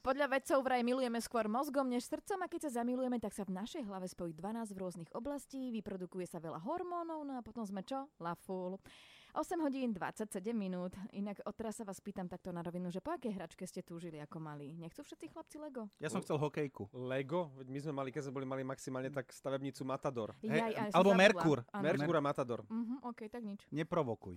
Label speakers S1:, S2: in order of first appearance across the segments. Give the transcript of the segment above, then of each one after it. S1: Podľa vedcov vraj milujeme skôr mozgom než srdcom a keď sa zamilujeme, tak sa v našej hlave spojí 12 v rôznych oblastí, vyprodukuje sa veľa hormónov, no a potom sme čo? Lafúl. 8 hodín 27 minút. Inak odteraz sa vás pýtam takto na rovinu, že po akej hračke ste túžili ako malí? Nechcú všetci chlapci Lego?
S2: Ja som chcel hokejku.
S3: Lego? Veď my sme mali, keď sme boli mali maximálne tak stavebnicu Matador.
S2: Hej,
S1: ja som
S2: alebo
S1: zabudla.
S2: Merkur.
S1: Áno.
S3: Merkúra Matador.
S1: Mhm, OK, tak nič.
S2: Neprovokuj.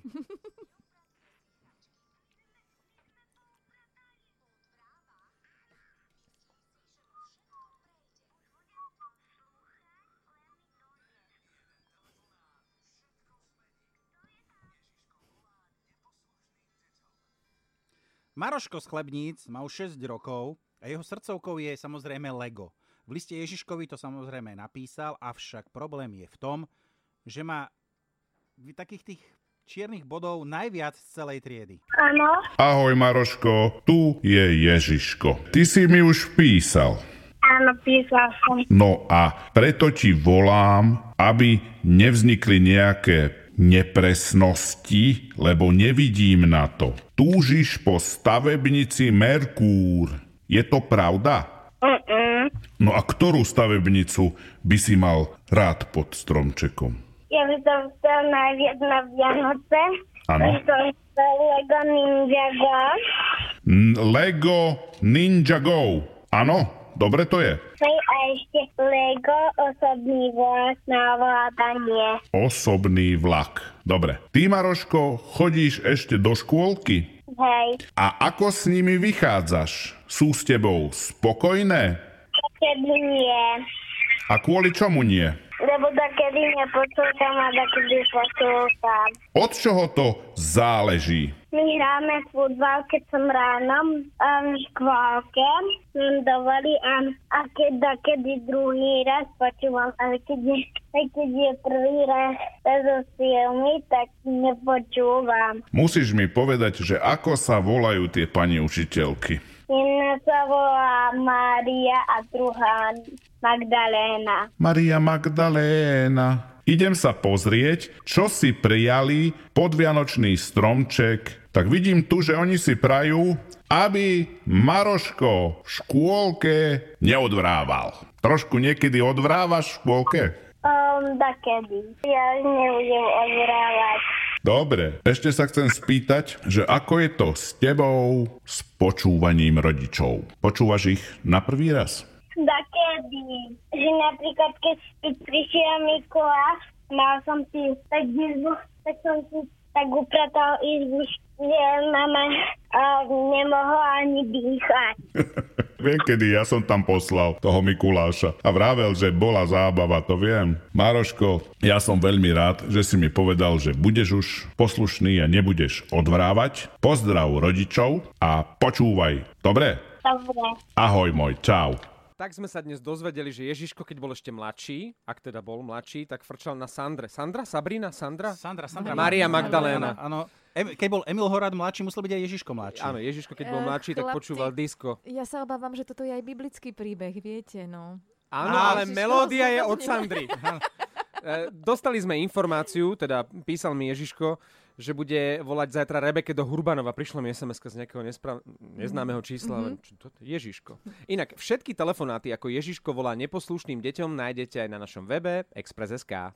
S2: Maroško z Chlebníc má už 6 rokov a jeho srdcovkou je samozrejme Lego. V liste Ježiškovi to samozrejme napísal, avšak problém je v tom, že má v- takých tých čiernych bodov najviac z celej triedy.
S4: Áno,
S5: Ahoj Maroško, tu je Ježiško. Ty si mi už písal.
S4: áno, písal som.
S5: No a preto ti volám, aby nevznikli nejaké nepresnosti, lebo nevidím na to. Túžiš po stavebnici Merkúr. Je to pravda?
S4: Mm-mm.
S5: No a ktorú stavebnicu by si mal rád pod stromčekom?
S4: Ja by som chcel najviac na Vianoce.
S5: Áno.
S4: By som chcel Lego Ninjago.
S5: N- Lego Ninja Go. Áno, dobre to je.
S4: Hej, a ešte Lego osobný vlast na ovládanie.
S5: Osobný vlak. Dobre. Ty, Maroško, chodíš ešte do škôlky?
S4: Hej,
S5: A ako s nimi vychádzaš? Sú s tebou spokojné?
S4: kedy nie.
S5: A kvôli čomu nie?
S4: Lebo takedy nepočúkam a takedy počúkam.
S5: Od čoho to záleží?
S4: My hráme futbal, keď som ráno um, v škôlke, nám dovolí a, a keď, kedy druhý raz počúvam, ale keď je, aj keď je prvý raz zo filmy, tak nepočúvam.
S5: Musíš mi povedať, že ako sa volajú tie pani učiteľky.
S4: Jedna sa volá Mária a druhá Magdaléna.
S5: Maria Magdaléna. Idem sa pozrieť, čo si prijali podvianočný stromček. Tak vidím tu, že oni si prajú, aby Maroško v škôlke neodvrával. Trošku niekedy odvrávaš v škôlke?
S4: Um, da kedy. Ja už nebudem odhrávať.
S5: Dobre, ešte sa chcem spýtať, že ako je to s tebou s počúvaním rodičov? Počúvaš ich na prvý raz?
S4: Da kedy. Že napríklad, keď, keď prišiel Mikuláš, mal som si tak izbu, tak som si tak upratal izbu, že mama uh, nemohla ani dýchať.
S5: Viem, kedy ja som tam poslal toho Mikuláša a vravel, že bola zábava, to viem. Maroško, ja som veľmi rád, že si mi povedal, že budeš už poslušný a nebudeš odvrávať. Pozdrav rodičov a počúvaj. Dobre?
S4: Dobre.
S5: Ahoj môj, čau.
S3: Tak sme sa dnes dozvedeli, že Ježiško, keď bol ešte mladší, ak teda bol mladší, tak frčal na Sandre. Sandra? Sabrina? Sandra?
S2: Sandra, Sandra.
S3: Maria Magdaléna.
S2: Áno. Em- Keď bol Emil Horát mladší, musel byť aj Ježiško mladší.
S3: Áno, Ježiško, keď
S1: Eh,
S3: bol mladší, tak
S1: chlapci.
S3: počúval disko.
S1: Ja sa obávam, že toto je aj biblický príbeh, viete, no.
S3: Áno,
S2: Á,
S3: ale
S1: Ježiš,
S3: melódia
S1: to som
S3: je
S1: vôbec
S3: od Sandry. Eh, Dostali sme informáciu, teda písal mi Ježiško, že bude volať zajtra Rebeke do Hurbanova. Prišla mi sms z nejakého nespra- neznámeho čísla. Mm-hmm. Čo to je? Ježiško. Inak všetky telefonáty, ako Ježiško volá neposlušným deťom, nájdete aj na našom webe Express.sk.